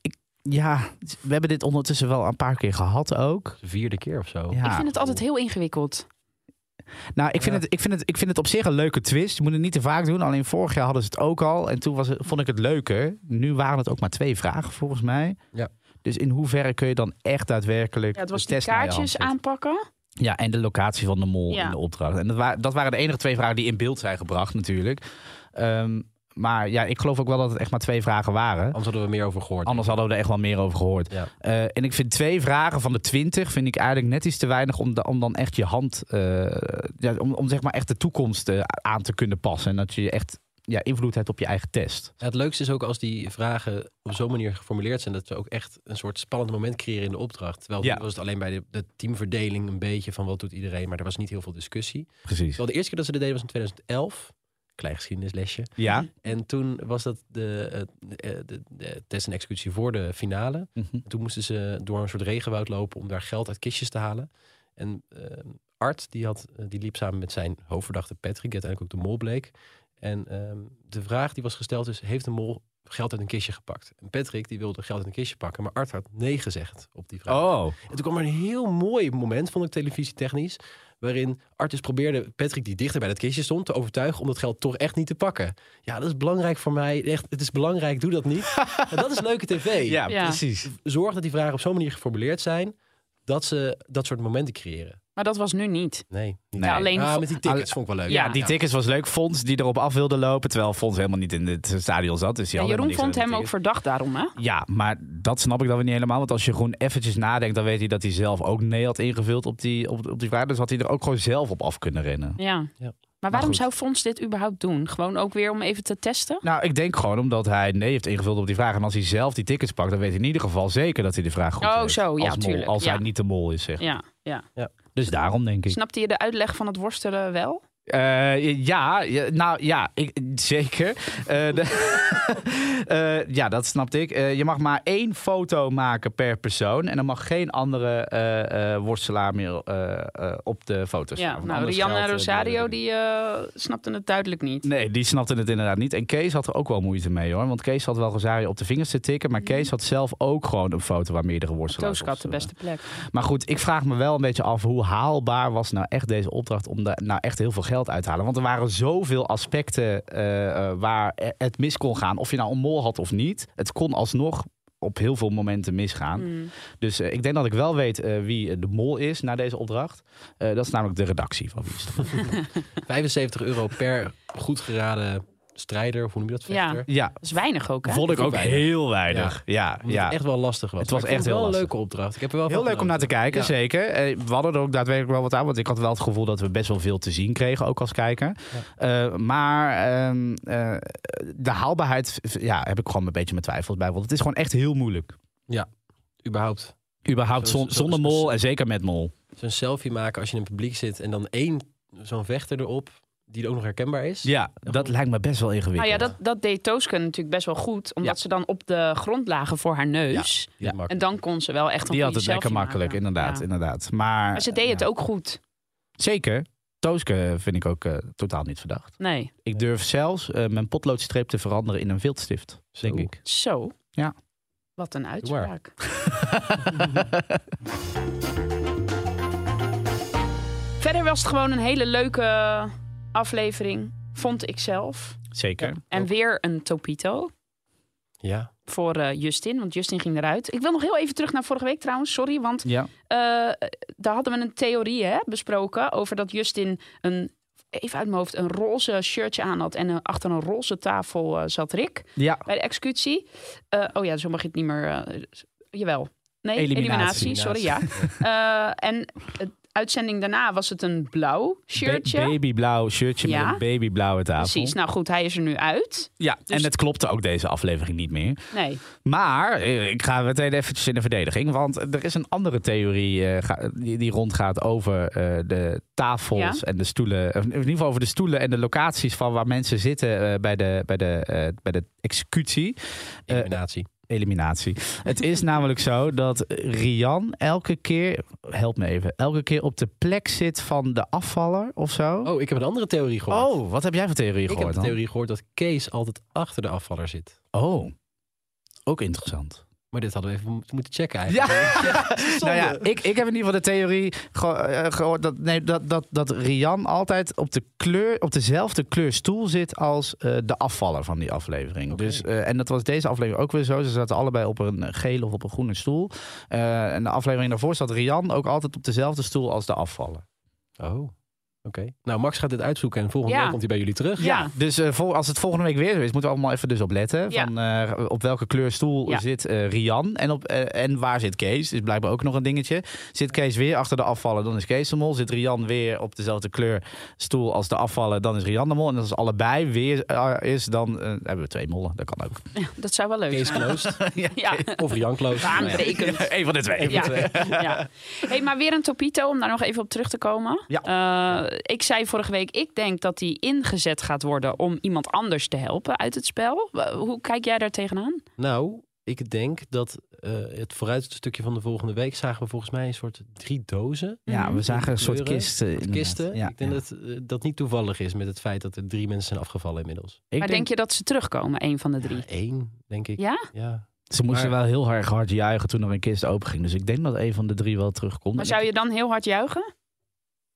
S3: ik, ja, we hebben dit ondertussen wel een paar keer gehad ook.
S6: De vierde keer of zo.
S3: Ja.
S4: Ik vind het altijd heel ingewikkeld.
S3: Nou, ik vind, het, ik, vind het, ik vind het op zich een leuke twist. Je moet het niet te vaak doen. Alleen vorig jaar hadden ze het ook al. En toen was het, vond ik het leuker. Nu waren het ook maar twee vragen, volgens mij.
S6: Ja.
S3: Dus in hoeverre kun je dan echt daadwerkelijk.
S4: Ja, het
S3: de
S4: was die
S3: test naar je hand
S4: kaartjes
S3: zetten?
S4: aanpakken.
S3: Ja, en de locatie van de mol
S4: Ja.
S3: in de opdracht. En dat, wa- dat waren de enige twee vragen die in beeld zijn gebracht, natuurlijk. Ehm, maar ja, ik geloof ook wel dat het echt maar twee vragen waren.
S6: Anders hadden we meer over gehoord.
S3: Anders hadden we er echt wel meer over gehoord.
S6: Ja.
S3: Eh, en ik vind twee vragen van de twintig vind ik eigenlijk net iets te weinig om, da- om dan echt je hand, eh, ja, om, om zeg maar echt de toekomst eh, aan te kunnen passen. En dat je echt ja, invloed hebt op je eigen test.
S6: Ja, het leukste is ook als die vragen op zo'n manier geformuleerd zijn... dat ze ook echt een soort spannend moment creëren in de opdracht. Terwijl
S3: Ja.
S6: toen was het alleen bij de, de teamverdeling een beetje van wat doet iedereen... maar er was niet heel veel discussie.
S3: Precies.
S6: Terwijl de eerste keer dat ze dat deden was in 2011. Klein geschiedenislesje.
S3: Ja.
S6: En toen was dat de, eh, de, de, de test en executie voor de finale.
S3: Mhm.
S6: En toen moesten ze door een soort regenwoud lopen om daar geld uit kistjes te halen. En eh, Art, die, had, eh, die liep samen met zijn hoofdverdachte Patrick, die uiteindelijk ook de mol bleek. En ehm, de vraag die was gesteld is, heeft de mol geld uit een kistje gepakt? En Patrick, die wilde geld uit een kistje pakken, maar Art had nee gezegd op die vraag.
S3: Oh,
S6: En toen kwam er een heel mooi moment, vond ik televisietechnisch, waarin Artis probeerde Patrick, die dichter bij dat kistje stond, te overtuigen om dat geld toch echt niet te pakken. Ja, dat is belangrijk voor mij. Echt, het is belangrijk, doe dat niet. En dat is leuke tv.
S3: ja,
S4: Ja.
S3: precies.
S6: Zorg dat die vragen op zo'n manier geformuleerd zijn, dat ze dat soort momenten creëren.
S4: Maar dat was nu niet.
S6: Nee. niet.
S3: Nee.
S4: Ja, alleen
S6: Ah,
S4: vo-
S6: met die tickets vond ik wel leuk.
S3: Ja, die tickets was leuk. Fons die erop af wilde lopen, terwijl Fons helemaal niet in het stadion zat. Dus die
S4: Ja,
S3: had
S4: Jeroen
S3: helemaal
S4: vond
S3: niks aan
S4: hem
S3: de
S4: ook
S3: tickets.
S4: verdacht daarom, hè?
S3: Ja, maar dat snap ik dan weer niet helemaal. Want als Jeroen eventjes nadenkt, dan weet hij dat hij zelf ook nee had ingevuld op die, op, op die vraag. Dus had hij er ook gewoon zelf op af kunnen rennen.
S4: Ja.
S6: Ja.
S4: Maar waarom
S3: goed.
S4: zou Fons dit überhaupt doen? Gewoon ook weer om even te testen?
S3: Nou, ik denk gewoon omdat hij nee heeft ingevuld op die vraag. En als hij zelf die tickets pakt, dan weet hij in ieder geval zeker dat hij de vraag goed
S4: Oh,
S3: heeft.
S4: zo, ja,
S3: als mol,
S4: tuurlijk,
S3: Als
S4: ja.
S3: hij niet de mol is, zeg.
S4: Ja, ja.
S3: Dus daarom denk ik.
S4: Snapte je de uitleg van het worstelen wel?
S3: Eh, ja, ja, nou ja, ik, zeker. Eh, de- Eh, ja, dat snapte ik. Eh, je mag maar één foto maken per persoon. En dan mag geen andere eh, eh, worstelaar meer eh, eh, op de foto staan.
S4: Ja,
S3: Want
S4: nou,
S3: anders
S4: Rianne
S3: geldt, eh,
S4: Rosario die eh, snapte het duidelijk niet.
S3: Nee, die snapte het inderdaad niet. En Kees had er ook wel moeite mee hoor. Want Kees had wel Rosario op de vingers te tikken.
S4: Mhm.
S3: Maar Kees had zelf ook gewoon een foto waar meerdere worstelaars op
S4: Tooskat, de
S3: stonden.
S4: beste plek.
S3: Maar goed, ik vraag me wel een beetje af hoe haalbaar was nou echt deze opdracht om daar nou echt heel veel geld uit te halen. Want er waren zoveel aspecten eh, eh, waar e- het mis kon gaan. Of je nou een mol had of niet. Het kon alsnog op heel veel momenten misgaan.
S4: Mm.
S3: Dus eh, ik denk dat ik wel weet eh, wie eh, de mol is na deze opdracht. Eh, dat is namelijk de redactie van Wie is de Mol.
S6: 75 euro per goed geraden strijder, of hoe noem je dat,
S4: Ja.
S6: vechter.
S3: Ja,
S4: Dat is weinig ook, hè?
S3: vond ik ook
S6: weinig.
S3: heel weinig. Ja,
S6: Omdat
S3: ja.
S6: het echt wel lastig was.
S3: Het
S6: Maar
S3: was
S6: ik vond
S3: echt heel
S6: wel een
S3: lastig.
S6: leuke opdracht. Ik heb er wel
S3: Heel
S6: van
S3: leuk om naar te
S6: genoten.
S3: kijken,
S6: Ja.
S3: zeker. Eh, We hadden er ook daadwerkelijk wel wat aan, want ik had wel het gevoel dat we best wel veel te zien kregen, ook als kijker. Eh, maar ehm, eh, de haalbaarheid v- ja, heb ik gewoon een beetje mijn twijfels bij, want het is gewoon echt heel moeilijk.
S6: Überhaupt.
S3: Überhaupt
S6: Zo-
S3: zon-
S6: zo-
S3: zonder mol en zeker met mol.
S6: Zo'n selfie maken als je in het publiek zit en dan één zo'n vechter erop, die ook nog herkenbaar is.
S3: Ja, dat lijkt me best wel ingewikkeld.
S4: Nou ja, dat, dat deed Tooske natuurlijk best wel goed. Omdat
S3: Ja.
S4: ze dan op de grond lagen voor haar neus.
S6: Die
S3: Ja.
S6: maakt-
S4: En dan kon ze wel echt een
S3: Die had
S4: goede
S3: het lekker
S4: selfie
S3: makkelijk,
S4: maken.
S3: inderdaad,
S4: Ja.
S3: inderdaad. Maar,
S4: Maar ze deed het
S3: ja.
S4: ook goed.
S3: Zeker. Tooske vind ik ook eh, totaal niet verdacht.
S4: Nee,
S3: Ik durf zelfs eh, mijn potloodstreep te veranderen in een wildstift,
S6: Zo.
S3: denk ik.
S4: zo.
S3: Ja.
S4: Wat een uitspraak. Verder was het gewoon een hele leuke aflevering, vond ik zelf.
S3: Zeker.
S4: En weer een topito
S6: Ja.
S4: voor eh, Justin, want Justin ging eruit. Ik wil nog heel even terug naar vorige week trouwens, sorry. Want
S3: Ja.
S4: eh, daar hadden we een theorie hè, besproken over dat Justin een, even uit mijn hoofd, een roze shirtje aan had. En eh, achter een roze tafel eh, zat Rick
S3: ja.
S4: bij de executie. Eh, oh ja, zo mag je het niet meer. eh, s- jawel. Nee, eliminatie,
S3: Eliminatie.
S4: sorry, ja. Eh, en de uitzending daarna was het een blauw shirtje.
S3: Ba- babyblauw shirtje
S4: Ja.
S3: met een babyblauwe tafel.
S4: Precies, nou goed, hij is er nu uit.
S3: Ja,
S4: Dus-
S3: en het klopte ook deze aflevering niet meer.
S4: Nee,
S3: Maar eh, ik ga meteen eventjes in de verdediging. Want er is een andere theorie eh, ga- die, die rondgaat over eh, de tafels
S4: Ja.
S3: en de stoelen. Of In ieder geval over de stoelen en de locaties van waar mensen zitten eh, bij, de, bij, de, eh, bij de executie. Eh,
S6: Eliminatie.
S3: eliminatie. Het is namelijk zo dat Rian elke keer, help me even, elke keer op de plek zit van de afvaller of zo.
S6: oh, ik heb een andere theorie gehoord.
S3: Oh, wat heb jij voor theorie
S6: ik heb
S3: gehoord
S6: de
S3: dan?
S6: theorie gehoord dat Kees altijd achter de afvaller zit.
S3: Oh, ook interessant.
S6: Maar dit hadden we even mo- moeten checken
S3: Ja,
S6: eigenlijk.
S3: nou ja, ik, ik heb in ieder geval de theorie ge- eh, gehoord dat, nee, dat, dat, dat Rian altijd op, de kleur, op dezelfde kleur stoel zit als eh, de afvaller van die aflevering.
S6: Oké.
S3: Dus, eh, en dat was deze aflevering ook weer zo. Ze zaten allebei op een gele of op een groene stoel. Eh, en de aflevering daarvoor zat Rian ook altijd op dezelfde stoel als de afvaller.
S6: Oh, oké. Nou, Max gaat dit uitzoeken en volgende
S4: Ja.
S6: week komt hij bij jullie terug.
S4: Ja.
S3: Dus eh, vol- als het volgende week weer zo is, moeten we allemaal even dus op letten.
S4: Ja.
S3: Van, eh, op welke kleurstoel
S4: Ja.
S3: zit eh, Rian en, op, eh, en waar zit Kees? Is blijkbaar ook nog een dingetje. Zit Kees weer achter de afvallen, dan is Kees de mol. Zit Rian weer op dezelfde kleurstoel als de afvallen, dan is Rian de mol. En als allebei weer eh, is, dan eh, hebben we twee mollen. Dat kan ook.
S4: dat zou wel leuk
S6: Kees
S4: zijn.
S6: closed
S4: Ja,
S6: of Rian closed.
S4: baanbrekend.
S3: Eén van de twee.
S4: Ja. ja. Hey, maar weer een topito, om daar nog even op terug te komen. Eh, ik zei vorige week, ik denk dat die ingezet gaat worden om iemand anders te helpen uit het spel. Eh, Hoe kijk jij daar tegenaan?
S6: Nou, ik denk dat eh, het vooruitstukje van de volgende week zagen we volgens mij een soort drie dozen.
S3: Ja, we zagen een soort
S6: Kleuren,
S3: kisten.
S6: Met
S3: inderdaad.
S6: kisten.
S3: Ja,
S6: ik denk
S3: ja.
S6: dat eh, dat niet toevallig is met het feit dat er drie mensen zijn afgevallen inmiddels.
S3: Ik
S4: maar denk je dat ze terugkomen, één van de drie?
S6: Ja, één, denk ik.
S4: Ja?
S6: Ja.
S3: Ze moesten
S6: Maar-
S3: wel heel erg hard juichen toen er een kist openging. Dus ik denk dat een van de drie wel terugkomt.
S4: Maar zou je dan heel hard juichen?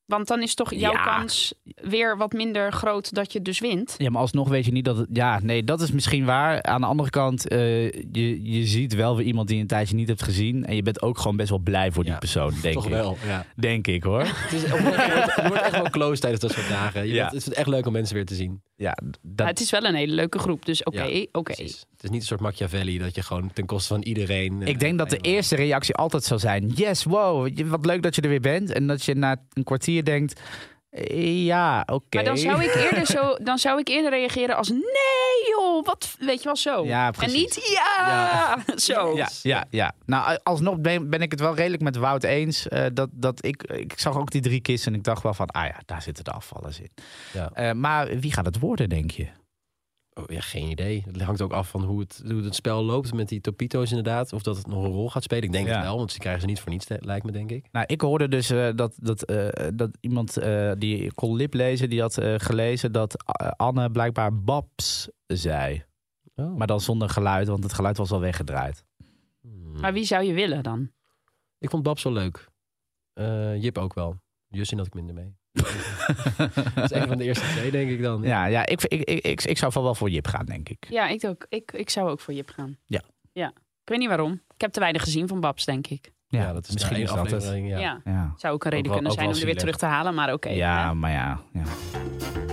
S4: Want dan is toch jouw
S3: Ja.
S4: kans weer wat minder groot dat je dus wint.
S3: Ja, maar alsnog weet je niet dat het... Ja, nee, dat is misschien waar. Aan de andere kant, eh, je, je ziet wel weer iemand die je een tijdje niet hebt gezien. En je bent ook gewoon best wel blij voor die
S6: Ja,
S3: persoon, denk
S6: Toch
S3: ik.
S6: wel. Ja.
S3: Denk ik, hoor.
S6: Het, is, het wordt- het wordt- het wordt echt wel close tijdens dat soort dagen. Je
S3: Ja.
S6: wordt- het is echt leuk om mensen weer te zien.
S3: Ja,
S4: Maar
S3: dat...
S4: Het is wel een hele leuke groep, dus oké,
S6: Ja,
S4: oké.
S6: Precies. Het is niet een soort Machiavelli dat je gewoon ten koste van iedereen... eh,
S3: Ik denk dat de
S6: eenmaal-
S3: eerste reactie altijd zal zijn... Yes, wow, je- wat leuk dat je er weer bent. En dat je na een kwartier denkt... eh, Ja, oké.
S4: Maar dan zou, ik eerder zo, dan zou ik eerder reageren als nee joh, wat, weet je wel zo.
S3: Ja,
S4: en
S3: precies.
S4: niet ja, zo.
S3: Ja, ja, ja. Nou, alsnog ben, ben ik het wel redelijk met Wout eens. eh, dat, dat ik, ik zag ook die drie kisten en ik dacht wel van... Ah ja, daar zitten de afvallers in.
S6: Ja.
S3: Eh, maar wie gaat het worden, denk je?
S6: Oh, ja, geen idee. Het hangt ook af van hoe het, hoe het spel loopt met die Topito's inderdaad. Of dat het nog een rol gaat spelen. Ik denk
S3: Ja.
S6: het wel, want ze krijgen ze niet voor niets, eh, lijkt me, denk ik.
S3: Nou, ik hoorde dus eh, dat, dat, eh, dat iemand eh, die kon liplezen, die had eh, gelezen dat eh, Anne blijkbaar Babs zei.
S6: Oh.
S3: Maar dan zonder geluid, want het geluid was al weggedraaid.
S4: Maar wie zou je willen dan?
S6: Oh. Ik vond Babs wel leuk. Eh, Jip ook wel. Justin had ik minder mee. dat is een van de eerste twee, denk ik dan.
S3: Ja, ja ik, ik, ik, ik, ik zou van wel voor Jip gaan, denk ik.
S4: Ja, ik, ook, ik, ik zou ook voor Jip gaan.
S3: Ja.
S4: ja. Ik weet niet waarom. Ik heb te weinig gezien van Babs, denk ik.
S6: Ja, dat is misschien
S3: is
S6: één
S3: dat het.
S6: aflevering.
S4: Ja.
S6: Ja.
S3: Ja,
S4: Zou ook een reden
S6: wel-
S4: kunnen
S6: ook
S4: zijn om
S6: wel
S4: er weer terug
S6: zielig.
S4: te halen, maar oké.
S3: ja maar ja, ja.
S4: Ik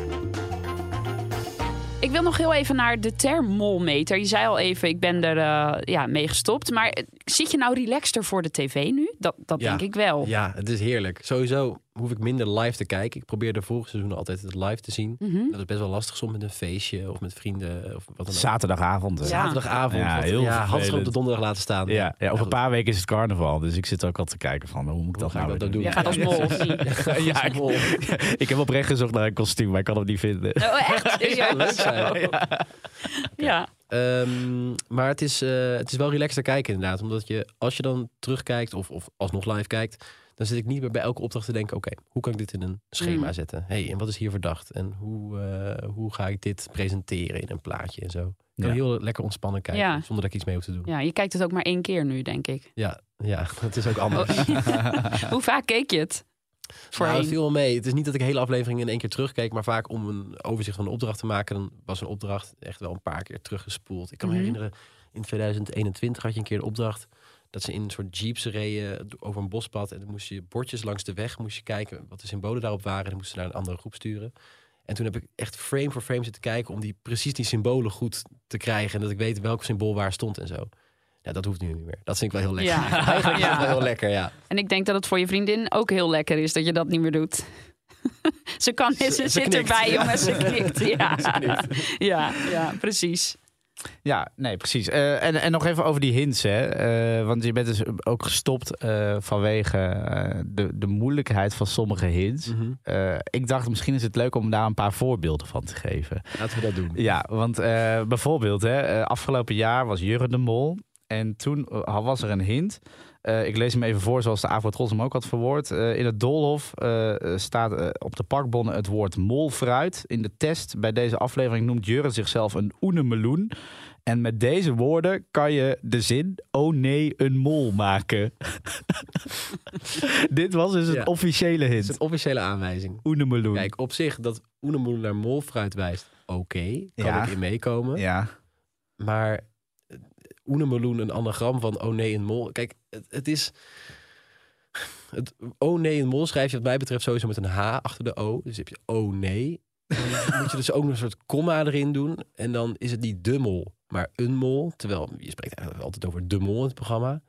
S4: Ik wil nog heel even naar de thermometer. Je zei al even, ik ben er eh, ja, mee gestopt. Maar eh, zit je nou relaxter voor de tv nu? Dat, dat
S6: Ja.
S4: denk ik wel.
S6: Ja, het is heerlijk. Sowieso hoef ik minder live te kijken. Ik probeerde vorig seizoen altijd het live te zien.
S4: Mhm.
S6: Dat is best wel lastig soms met een feestje of met vrienden of wat dan ook.
S3: Zaterdagavond. hè.
S4: Ja.
S6: Zaterdagavond.
S3: Ja,
S6: wat-
S3: heel
S6: ja, had ze er op de
S3: vervelend.
S6: donderdag laten staan.
S3: Ja, ja, over
S6: goed.
S3: een paar weken is het carnaval, dus ik zit ook al te kijken van hoe moet ik dat
S6: ga ik
S3: nou
S6: dat
S3: weer doen.
S6: doen?
S4: Jij gaat als mol of niet?
S3: Ja, ik, ik heb oprecht gezocht naar een kostuum, maar ik kan hem niet vinden.
S4: Oh, echt? Ja.
S6: Leuk zijn.
S4: Ja.
S6: Ehm, maar het is, eh, het is wel relaxter kijken inderdaad. Omdat je, als je dan terugkijkt of, of alsnog live kijkt... dan zit ik niet meer bij elke opdracht te denken... oké, hoe kan ik dit in een schema
S4: Mm.
S6: zetten? hey, en wat is hier verdacht? En hoe, eh, hoe ga ik dit presenteren in een plaatje en zo? Ik kan
S3: Ja.
S6: heel lekker ontspannen kijken,
S4: Ja.
S6: zonder dat ik iets mee hoef te doen. Ja,
S4: ja, je kijkt het ook maar één keer nu, denk ik. Oh.
S6: ja, het is ook anders.
S4: Hoe vaak keek je het?
S6: Nou,
S4: Voorheen.
S6: het viel wel mee. Het is niet dat ik hele afleveringen in één keer terugkeek, maar vaak om een overzicht van de opdracht te maken, dan was een opdracht echt wel een paar keer teruggespoeld. Ik kan
S4: Mhm.
S6: me herinneren, in 2021 had je een keer de opdracht dat ze in een soort jeeps reden over een bospad en dan moest je bordjes langs de weg, moest je kijken wat de symbolen daarop waren en dan moesten ze naar een andere groep sturen. En toen heb ik echt frame voor frame zitten kijken om die, precies die symbolen goed te krijgen en dat ik weet welk symbool waar stond en zo. Ja, dat hoeft nu niet meer. Dat vind ik wel heel
S4: Ja.
S6: lekker. Eigenlijk is
S4: Ja.
S6: dat wel heel lekker, ja.
S4: En ik denk dat het voor je vriendin ook heel lekker is dat je dat niet meer doet. ze kan, ze,
S6: Ze- ze
S4: zit
S6: knikt.
S4: erbij,
S6: Ja.
S4: jongens. Ze knikt. Ja. ja, ja, precies.
S3: Ja, nee, precies. Eh, en, en nog even over die hints, hè. Eh, want je bent dus ook gestopt eh, vanwege eh, de, de moeilijkheid van sommige hints. Eh, ik dacht, misschien is het leuk om daar een paar voorbeelden van te geven.
S6: Laten we dat doen.
S3: Ja, want eh, bijvoorbeeld, hè, eh, afgelopen jaar was Jurre de Mol. En toen eh, was er een hint. Eh, ik lees hem even voor, zoals de Avro Tros hem ook had verwoord. Eh, in het doolhof eh, eh, staat eh, op de pakbonnen het woord molfruit. In de test bij deze aflevering noemt Jurre zichzelf een oenemeloen. En met deze woorden kan je de zin... Oh nee, een mol maken. Dit was dus
S6: Ja.
S3: een officiële
S6: Het is
S3: hint.
S6: een officiële aanwijzing.
S3: Oenemeloen.
S6: Kijk, op zich dat Oenemoel naar Molfruit wijst, oké, kan
S3: Ja.
S6: ik in meekomen.
S3: Ja.
S6: Maar Oenemeloen, een anagram van oh nee, een mol. Kijk, het, het is... Het oh nee, een mol schrijf je wat mij betreft sowieso met een H achter de O. Dus heb je oh nee. En dan moet je dus ook nog een soort komma erin doen. En dan is het niet de mol, maar een mol. Terwijl je spreekt eigenlijk altijd over de mol in het programma.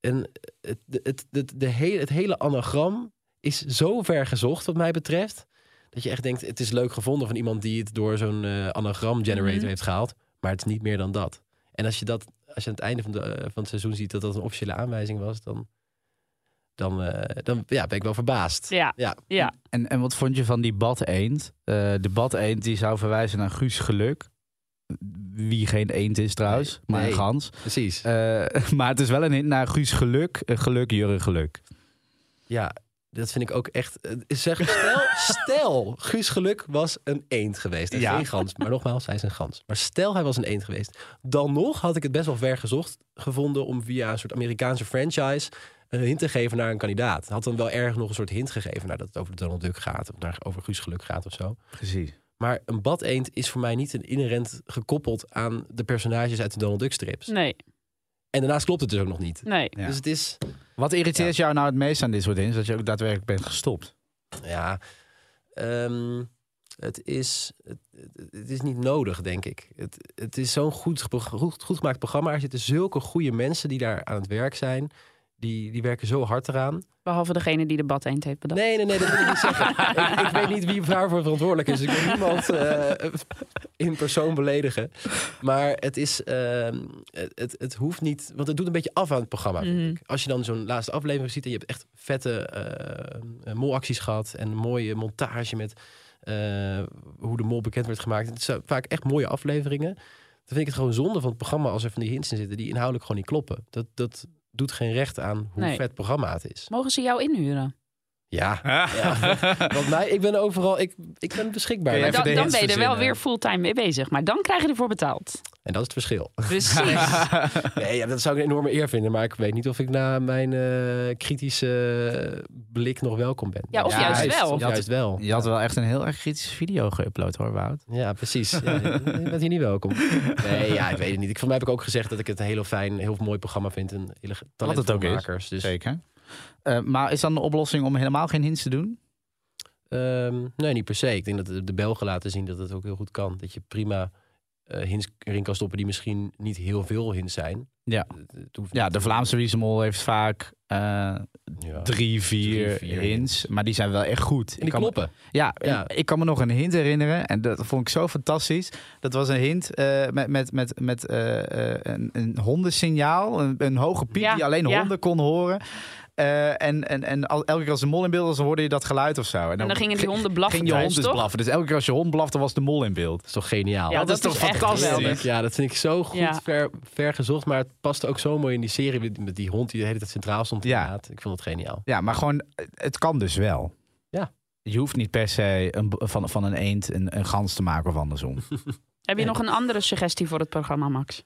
S6: En het, het, het, de hele, het hele anagram is zo ver gezocht wat mij betreft. Dat je echt denkt, het is leuk gevonden van iemand die het door zo'n eh, anagram generator
S4: Mhm.
S6: heeft gehaald. Maar het is niet meer dan dat. En als je dat, als je aan het einde van, de, eh, van het seizoen ziet dat dat een officiële aanwijzing was, dan, dan, eh, dan ja, ben ik wel verbaasd.
S4: Ja,
S6: Ja.
S4: ja.
S3: En, en wat vond je van die bad-eend? Eh, de bad-eend die zou verwijzen naar Guus Geluk. Wie geen eend is trouwens,
S6: Nee,
S3: maar
S6: nee.
S3: een gans.
S6: Precies.
S3: Eh, maar het is wel een hint naar Guus Geluk. Eh, geluk, Jurre Geluk.
S6: Ja, dat vind ik ook echt. eh, Zeg, stel, stel, Guus Geluk was een eend geweest. Hij is
S3: Ja.
S6: geen gans, maar nogmaals, hij is een gans. Maar stel, hij was een eend geweest. Dan nog had ik het best wel ver gezocht gevonden om via een soort Amerikaanse franchise een hint te geven naar een kandidaat. Had dan wel erg nog een soort hint gegeven naar dat het over Donald Duck gaat of naar, over Guus Geluk gaat of zo.
S3: Precies.
S6: Maar een bad-eend is voor mij niet een inherent gekoppeld aan de personages uit de Donald Duck strips.
S4: Nee,
S6: En daarnaast klopt het dus ook nog niet.
S4: nee.
S3: Ja.
S6: Dus het is.
S3: Wat irriteert jou nou het meest aan dit soort hints? Dat je ook daadwerkelijk bent gestopt.
S6: Ja, ehm, het, is, het, het- het is niet nodig, denk ik. Het, het is zo'n goed, pro- goed, goed gemaakt programma. Er zitten zulke goede mensen die daar aan het werk zijn. Die, die werken zo hard eraan.
S4: Behalve degene die de bad eend heeft bedacht.
S6: Nee, nee, nee, dat wil ik niet zeggen. ik, ik weet niet wie daarvoor verantwoordelijk is. Ik wil niemand eh, in persoon beledigen. Maar het is, ehm, het, het, het hoeft niet, want het doet een beetje af aan het programma. vind ik.
S4: Mhm.
S6: Als je dan zo'n laatste aflevering ziet en je hebt echt vette eh, molacties gehad en een mooie montage met eh, hoe de mol bekend werd gemaakt. Het zijn vaak echt mooie afleveringen. Dan vind ik het gewoon zonde van het programma als er van die hints in zitten die inhoudelijk gewoon niet kloppen. Dat, dat doet geen recht aan hoe
S4: Nee.
S6: vet programma het is.
S4: Mogen ze jou inhuren?
S6: Ja. Want mij, ik ben overal, ik, ik ben beschikbaar.
S3: Kun jij
S4: Maar
S3: Even de
S4: dan, dan
S3: hints
S4: ben je er wel
S3: verzinnen.
S4: weer fulltime mee bezig. Maar dan krijg je ervoor betaald. Dus, eh,
S6: En dat is het verschil.
S4: Precies.
S6: Nee, ja, dat zou ik een enorme eer vinden. Maar ik weet niet of ik na mijn eh, kritische blik nog welkom ben.
S4: Ja, of
S3: Ja, juist
S4: wel.
S6: Of
S3: Ja,
S6: juist wel.
S3: Je had wel echt een heel erg kritische video geüpload hoor, Wout.
S6: Ja, precies. Ja, je bent hier niet welkom. Nee, ja, ik weet het niet. Ik, voor mij heb ik ook gezegd dat ik het een heel fijn, heel mooi programma vind. Een hele
S3: Wat
S6: talent
S3: het ook is.
S6: makers. Dus
S3: Zeker. Eh, maar is dan de oplossing om helemaal geen hints te doen?
S6: Ehm, nee, niet per se. Ik denk dat de- de Belgen laten zien dat het ook heel goed kan. Dat je prima eh hints erin kan stoppen die misschien niet heel veel hints zijn.
S3: Ja.
S6: Het- het hoeft
S3: Ja,
S6: niet-
S3: de Vlaamse Wiesemol heeft vaak eh,
S6: Ja.
S3: drie, vier,
S6: Drie, vier
S3: hints. Maar die zijn wel echt goed.
S6: En die
S3: kan me-
S6: kloppen.
S3: Ja,
S6: Ja.
S3: ik kan me nog een hint herinneren. En dat vond ik zo fantastisch. Dat was een hint eh, met, met, met, met eh, eh, een, een hondensignaal. Een, een hoge piep
S4: Ja,
S3: die alleen
S4: ja.
S3: honden kon horen. Eh, en en, en al- elke keer als de mol in beeld was, dan hoorde je dat geluid of zo. En
S4: dan gingen die
S3: ging-
S4: honden blaffen
S3: Ging je
S4: thuis,
S3: hond dus
S4: toch?
S3: blaffen. Dus elke keer als je hond blafte, was de mol in beeld.
S6: Dat is toch geniaal?
S4: Ja, dat,
S3: is toch
S4: is echt
S3: fantastisch?
S4: geweldig.
S6: Ja, dat vind ik zo goed
S4: Ja.
S6: ver, ver gezocht. Maar het past ook zo mooi in die serie met- met die hond die de hele tijd centraal stond.
S3: Ja.
S6: Ja. Ik vond het geniaal.
S3: Ja, maar gewoon, eh, het kan dus wel.
S6: Ja.
S3: Je hoeft niet per se een, b- van, van een eend een, een gans te maken of andersom.
S4: Heb je nog een andere suggestie voor het programma, Max?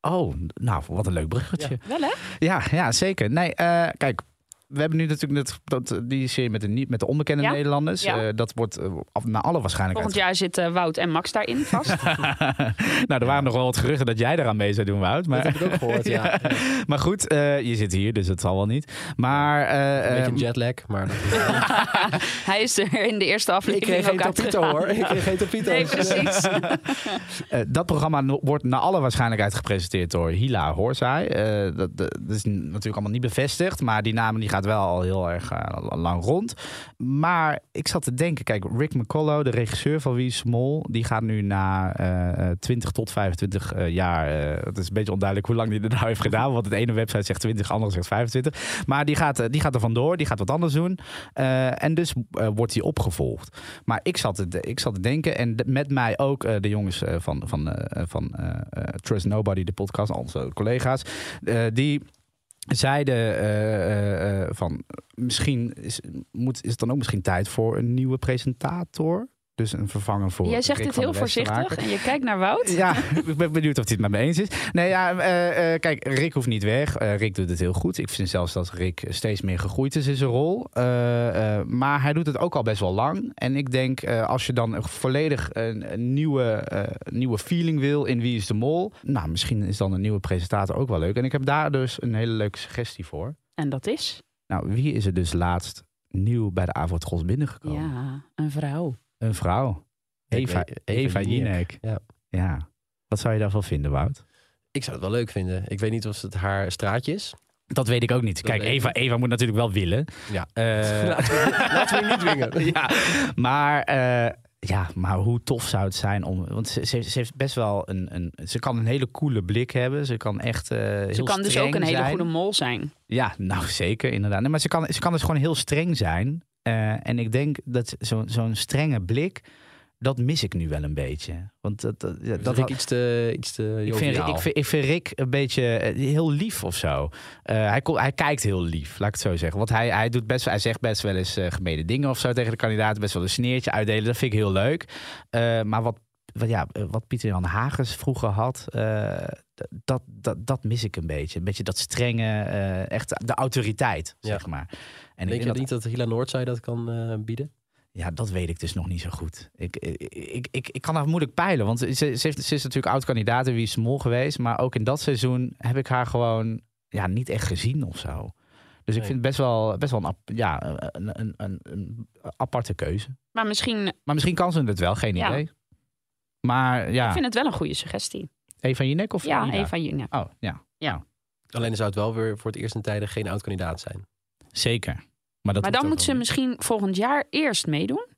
S3: Oh, nou, wat een leuk bruggetje.
S4: Wel, hè?
S3: Ja, ja zeker. Nee, eh, kijk. We hebben nu natuurlijk net dat, eh, die serie met de, niet- met de onbekende
S4: Ja.
S3: Nederlanders.
S4: Ja.
S3: Eh, dat wordt eh, af- naar alle waarschijnlijkheid.
S4: Volgend jaar zitten Wout en Max daarin vast.
S3: nou, er waren nog wel wat geruchten dat jij eraan mee zou doen, Wout. Maar,
S6: Dat heb ik ook gehoord, ja.
S3: maar goed, eh, je zit hier, dus het zal wel niet. Maar eh,
S6: Een beetje een
S3: eh,
S6: jetlag, maar... dat-
S4: Hij is er in de eerste aflevering ook aan teruggegaan.
S6: Ik kreeg geen topito.
S4: Nee, precies.
S3: eh, dat programma no- wordt naar alle waarschijnlijkheid gepresenteerd door Hila Horzai. Eh, dat, dat dat is n- natuurlijk allemaal niet bevestigd, maar die naam die gaat wel al heel erg eh, lang rond. Maar ik zat te denken, kijk, Rick McCollough, de regisseur van Wie is Mol, die gaat nu na eh, eh, 20 tot 25 eh, jaar, eh, het is een beetje onduidelijk hoe lang die er nou heeft gedaan, want het ene website zegt 20, de andere zegt 25. Maar die gaat, eh, die gaat er vandoor, die gaat wat anders doen. Eh, en dus eh, wordt hij opgevolgd. Maar ik zat te, de- ik zat te denken, en de- met mij ook eh, de jongens eh, van, van, eh, eh, van eh, eh, Trust Nobody, de podcast, onze collega's, eh, die zeiden eh, eh, eh, van misschien is, moet, is het dan ook misschien tijd voor een nieuwe presentator. Dus een vervanger voor.
S4: Jij zegt
S3: Rick
S4: dit
S3: van
S4: heel
S3: der Westermaker.
S4: voorzichtig en je kijkt naar Wout.
S3: Ja, ik ben benieuwd of hij het met me eens is. Nee, ja, eh, eh, kijk, Rick hoeft niet weg. Eh, Rick doet het heel goed. Ik vind zelfs dat Rick steeds meer gegroeid is in zijn rol. Eh, eh, maar hij doet het ook al best wel lang. En ik denk, eh, als je dan een volledig een, een nieuwe, eh, nieuwe feeling wil in Wie is de Mol... Nou, misschien is dan een nieuwe presentator ook wel leuk. En ik heb daar dus een hele leuke suggestie voor.
S4: En dat is?
S3: Nou, wie is er dus laatst nieuw bij de Avondgos binnengekomen?
S4: Ja, een vrouw.
S3: Een vrouw.
S6: Ik
S3: Eva,
S6: weet-
S3: Eva Jinek.
S6: Ja.
S3: ja. Wat zou je daarvan vinden, Wout?
S6: Ik zou het wel leuk vinden. Ik weet niet of het haar straatje is.
S3: Dat weet ik ook niet. Kijk,
S6: weet ik
S3: Eva, Eva moet natuurlijk wel willen.
S6: Ja.
S3: Eh,
S6: Laten we- laten we hem niet dwingen.
S3: ja. Maar, eh, ja, maar hoe tof zou het zijn om. Want ze, ze, ze heeft best wel een, een. Ze kan een hele coole blik hebben. Ze kan echt. eh
S4: Ze kan dus ook een hele goede mol zijn.
S3: Ja, nou zeker, inderdaad. Nee, maar ze kan, ze kan dus gewoon heel streng zijn. Eh, en ik denk dat zo- zo'n strenge blik. Dat mis ik nu wel een beetje. Want dat, dat, ja,
S6: Dat
S3: dat
S6: ik iets te, iets te
S3: ik vind, Rick-
S6: joviaal.
S3: ik, vind, ik vind Rick een beetje eh, heel lief of zo. Eh, hij, ko- hij kijkt heel lief, laat ik het zo zeggen. Want hij, hij, doet best, hij zegt best wel eens eh gemene dingen of zo tegen de kandidaten. Best wel een sneertje uitdelen. Dat vind ik heel leuk. Eh, maar wat, wat, ja, eh, wat Pieter Jan Hagens vroeger had, eh, d- dat, dat, dat mis ik een beetje. Een beetje dat strenge, eh, echt de autoriteit,
S6: Ja.
S3: zeg maar. En
S6: Denk
S3: ik
S6: je
S3: denk
S6: niet
S3: dat,
S6: dat Hila Noordzij dat kan eh, bieden?
S3: ja, dat weet ik dus nog niet zo goed. Ik, ik, ik, ik, ik kan haar moeilijk peilen. Want ze, ze, heeft, ze is natuurlijk oud-kandidaat en wie is mol geweest. Maar ook in dat seizoen heb ik haar gewoon ja, niet echt gezien of zo. Dus ik
S6: Nee.
S3: vind het best wel, best wel een, ap- ja, een, een, een, een aparte keuze.
S4: Maar misschien,
S3: Maar misschien kan ze het wel, geen
S4: Ja.
S3: idee. Maar
S4: ik
S3: ja,
S4: vind het wel een goede suggestie.
S3: Eva Jinek of
S4: Ja,
S3: Ida?
S4: Eva Juna.
S3: Oh, ja,
S6: Alleen zou het wel weer voor het eerst in tijden geen oud-kandidaat zijn.
S3: zeker. Maar, dat hoeft
S4: Maar dan
S3: ook
S4: moet ze
S3: wel.
S4: misschien volgend jaar eerst meedoen.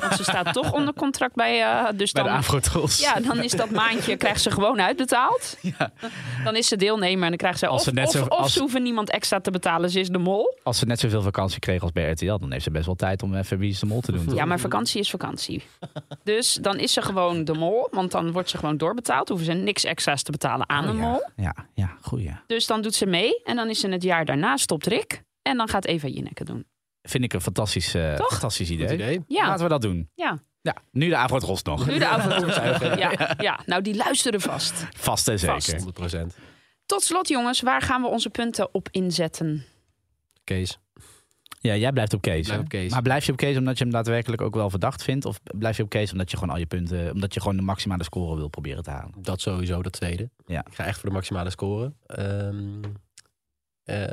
S4: Want ze staat toch onder contract bij... eh, dus
S3: Bij de
S4: dan,
S3: Afrotrols.
S4: ja, dan is dat maandje, krijgt ze gewoon uitbetaald. Dan is ze deelnemer en dan krijgt ze...
S3: Als
S4: of,
S3: ze net
S4: of,
S3: zo-
S4: of
S3: als-
S4: ze hoeven niemand extra te betalen, ze is de mol.
S3: Als ze net zoveel vakantie kreeg als bij RTL... dan heeft ze best wel tijd om even Wie is de Mol te doen. toch?
S4: Ja, maar vakantie is vakantie. Dus dan is ze gewoon de mol, want dan wordt ze gewoon doorbetaald. Hoeven ze niks extra's te betalen aan de
S3: Oh,
S4: mol.
S3: ja, ja, ja, goeie.
S4: Dus dan doet ze mee en dan is ze het jaar daarna stopt Rick. En dan gaat Eva Jinek het doen.
S3: Vind ik een fantastisch, eh,
S4: Toch?
S3: fantastisch idee.
S6: Goed idee.
S4: Ja,
S3: Laten we dat doen.
S4: ja.
S3: Ja, nu de Avrotros nog.
S4: Nu de avond. Ja, ja, nou die luisteren vast.
S3: Vast en zeker.
S4: Vast.
S6: 100 procent.
S4: Tot slot jongens, waar gaan we onze punten op inzetten?
S6: Kees.
S3: Ja, jij blijft op Kees. hè?
S6: Blijf op Kees.
S3: Maar blijf je op Kees omdat je hem daadwerkelijk ook wel verdacht vindt? Of blijf je op Kees omdat je gewoon al je punten... omdat je gewoon de maximale score wil proberen te halen?
S6: Dat sowieso, dat tweede.
S3: Ja.
S6: Ik ga echt voor de maximale score. Ehm, eh,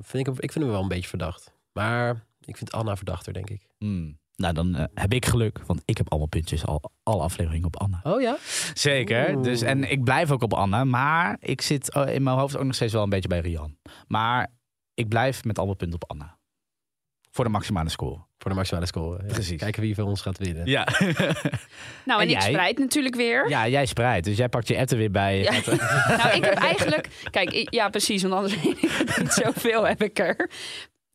S6: vind ik, hem- ik vind hem wel een beetje verdacht. Maar ik vind Anna verdachter, denk ik.
S3: Hmm. Nou, dan eh, heb ik geluk, want ik heb allemaal puntjes al alle afleveringen op Anna.
S6: Oh ja?
S3: Zeker. Dus, en ik blijf ook op Anna. Maar ik zit eh, in mijn hoofd ook nog steeds wel een beetje bij Rian. Maar ik blijf met allemaal punten op Anna. Voor de maximale score.
S6: Voor de maximale score. Ja.
S3: Precies.
S6: Kijken wie van ons gaat winnen.
S3: Ja,
S4: Nou, en,
S3: En
S4: ik
S3: jij?
S4: spreid natuurlijk weer.
S3: ja jij spreidt. Dus jij pakt je app er weer bij.
S4: Ja. nou, ik heb eigenlijk. Kijk, i- ja, precies. Want anders weet ik het niet zoveel heb ik er.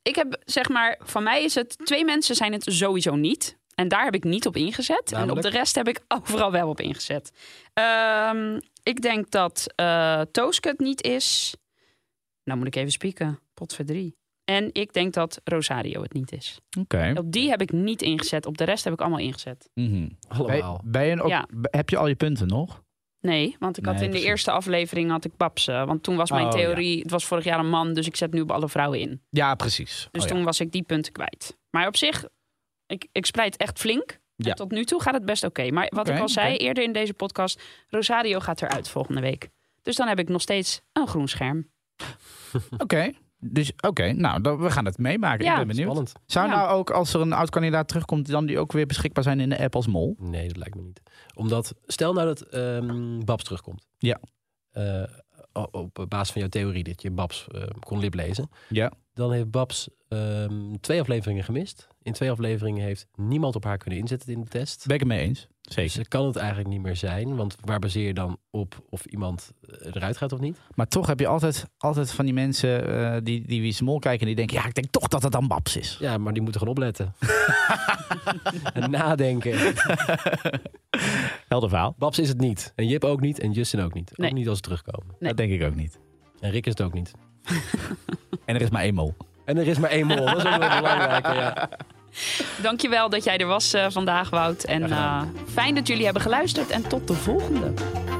S4: Ik heb zeg maar. Van mij is het. Twee mensen zijn het sowieso niet. En daar heb ik niet op ingezet. En op
S6: Namelijk?
S4: de rest heb ik overal wel op ingezet. Ehm, ik denk dat eh Tooske het niet is. Nou moet ik even spieken. Pot voor drie. En ik denk dat Rosario het niet is.
S3: Oké.
S4: Op die heb ik niet ingezet. Op de rest heb ik allemaal ingezet.
S3: Mhm.
S6: Allemaal.
S3: Ben, ben je ook,
S4: Ja.
S3: Heb je al je punten nog?
S4: Nee, want ik had
S3: Nee,
S4: in de
S3: precies.
S4: eerste aflevering had ik babsen. Want toen was mijn
S3: Oh,
S4: theorie, het was vorig jaar een man, dus ik zet nu op alle vrouwen in.
S3: Ja, precies.
S4: Dus
S3: Oh, ja.
S4: toen was ik die punten kwijt. Maar op zich, ik, ik spreid echt flink.
S3: Ja.
S4: En tot nu toe gaat het best oké. Maar wat ik
S3: Oké,
S4: al zei
S3: oké.
S4: eerder in deze podcast, Rosario gaat eruit volgende week. Dus dan heb ik nog steeds een groen scherm.
S3: Oké. Dus oké, nou, dan, we gaan het meemaken.
S4: Ja.
S3: ik ben benieuwd.
S6: Spannend.
S3: Zou
S4: Ja.
S3: nou ook, als er een oud-kandidaat terugkomt, dan die ook weer beschikbaar zijn in de app als mol?
S6: Nee, dat lijkt me niet. Omdat, stel nou dat ehm, Babs terugkomt.
S3: Ja.
S6: Eh, o- op basis van jouw theorie dat je Babs eh, kon liplezen.
S3: Ja.
S6: Dan heeft Babs ehm, twee afleveringen gemist. In twee afleveringen heeft niemand op haar kunnen inzetten in de test.
S3: Ben ik het mee eens? Zeker.
S6: Ze kan het eigenlijk niet meer zijn. Want waar baseer je dan op of iemand eh, eruit gaat of niet?
S3: Maar toch heb je altijd, altijd van die mensen eh, die, die Wie is de Mol kijken... en die denken, ja, ik denk toch dat het dan Babs is.
S6: Ja, maar die moeten gewoon opletten. en nadenken.
S3: Helder verhaal.
S6: Babs is het niet. En Jip ook niet. En Justin ook niet.
S4: Nee.
S6: Ook niet als ze terugkomen.
S4: Nee.
S3: Dat denk ik ook niet.
S6: En Rick is het ook niet.
S3: En er is maar één mol.
S6: En er is maar één mol. Dat is ook wel belangrijk. Ja.
S4: Dankjewel dat jij er was eh, vandaag, Wout. En eh, fijn dat jullie hebben geluisterd. En tot de volgende.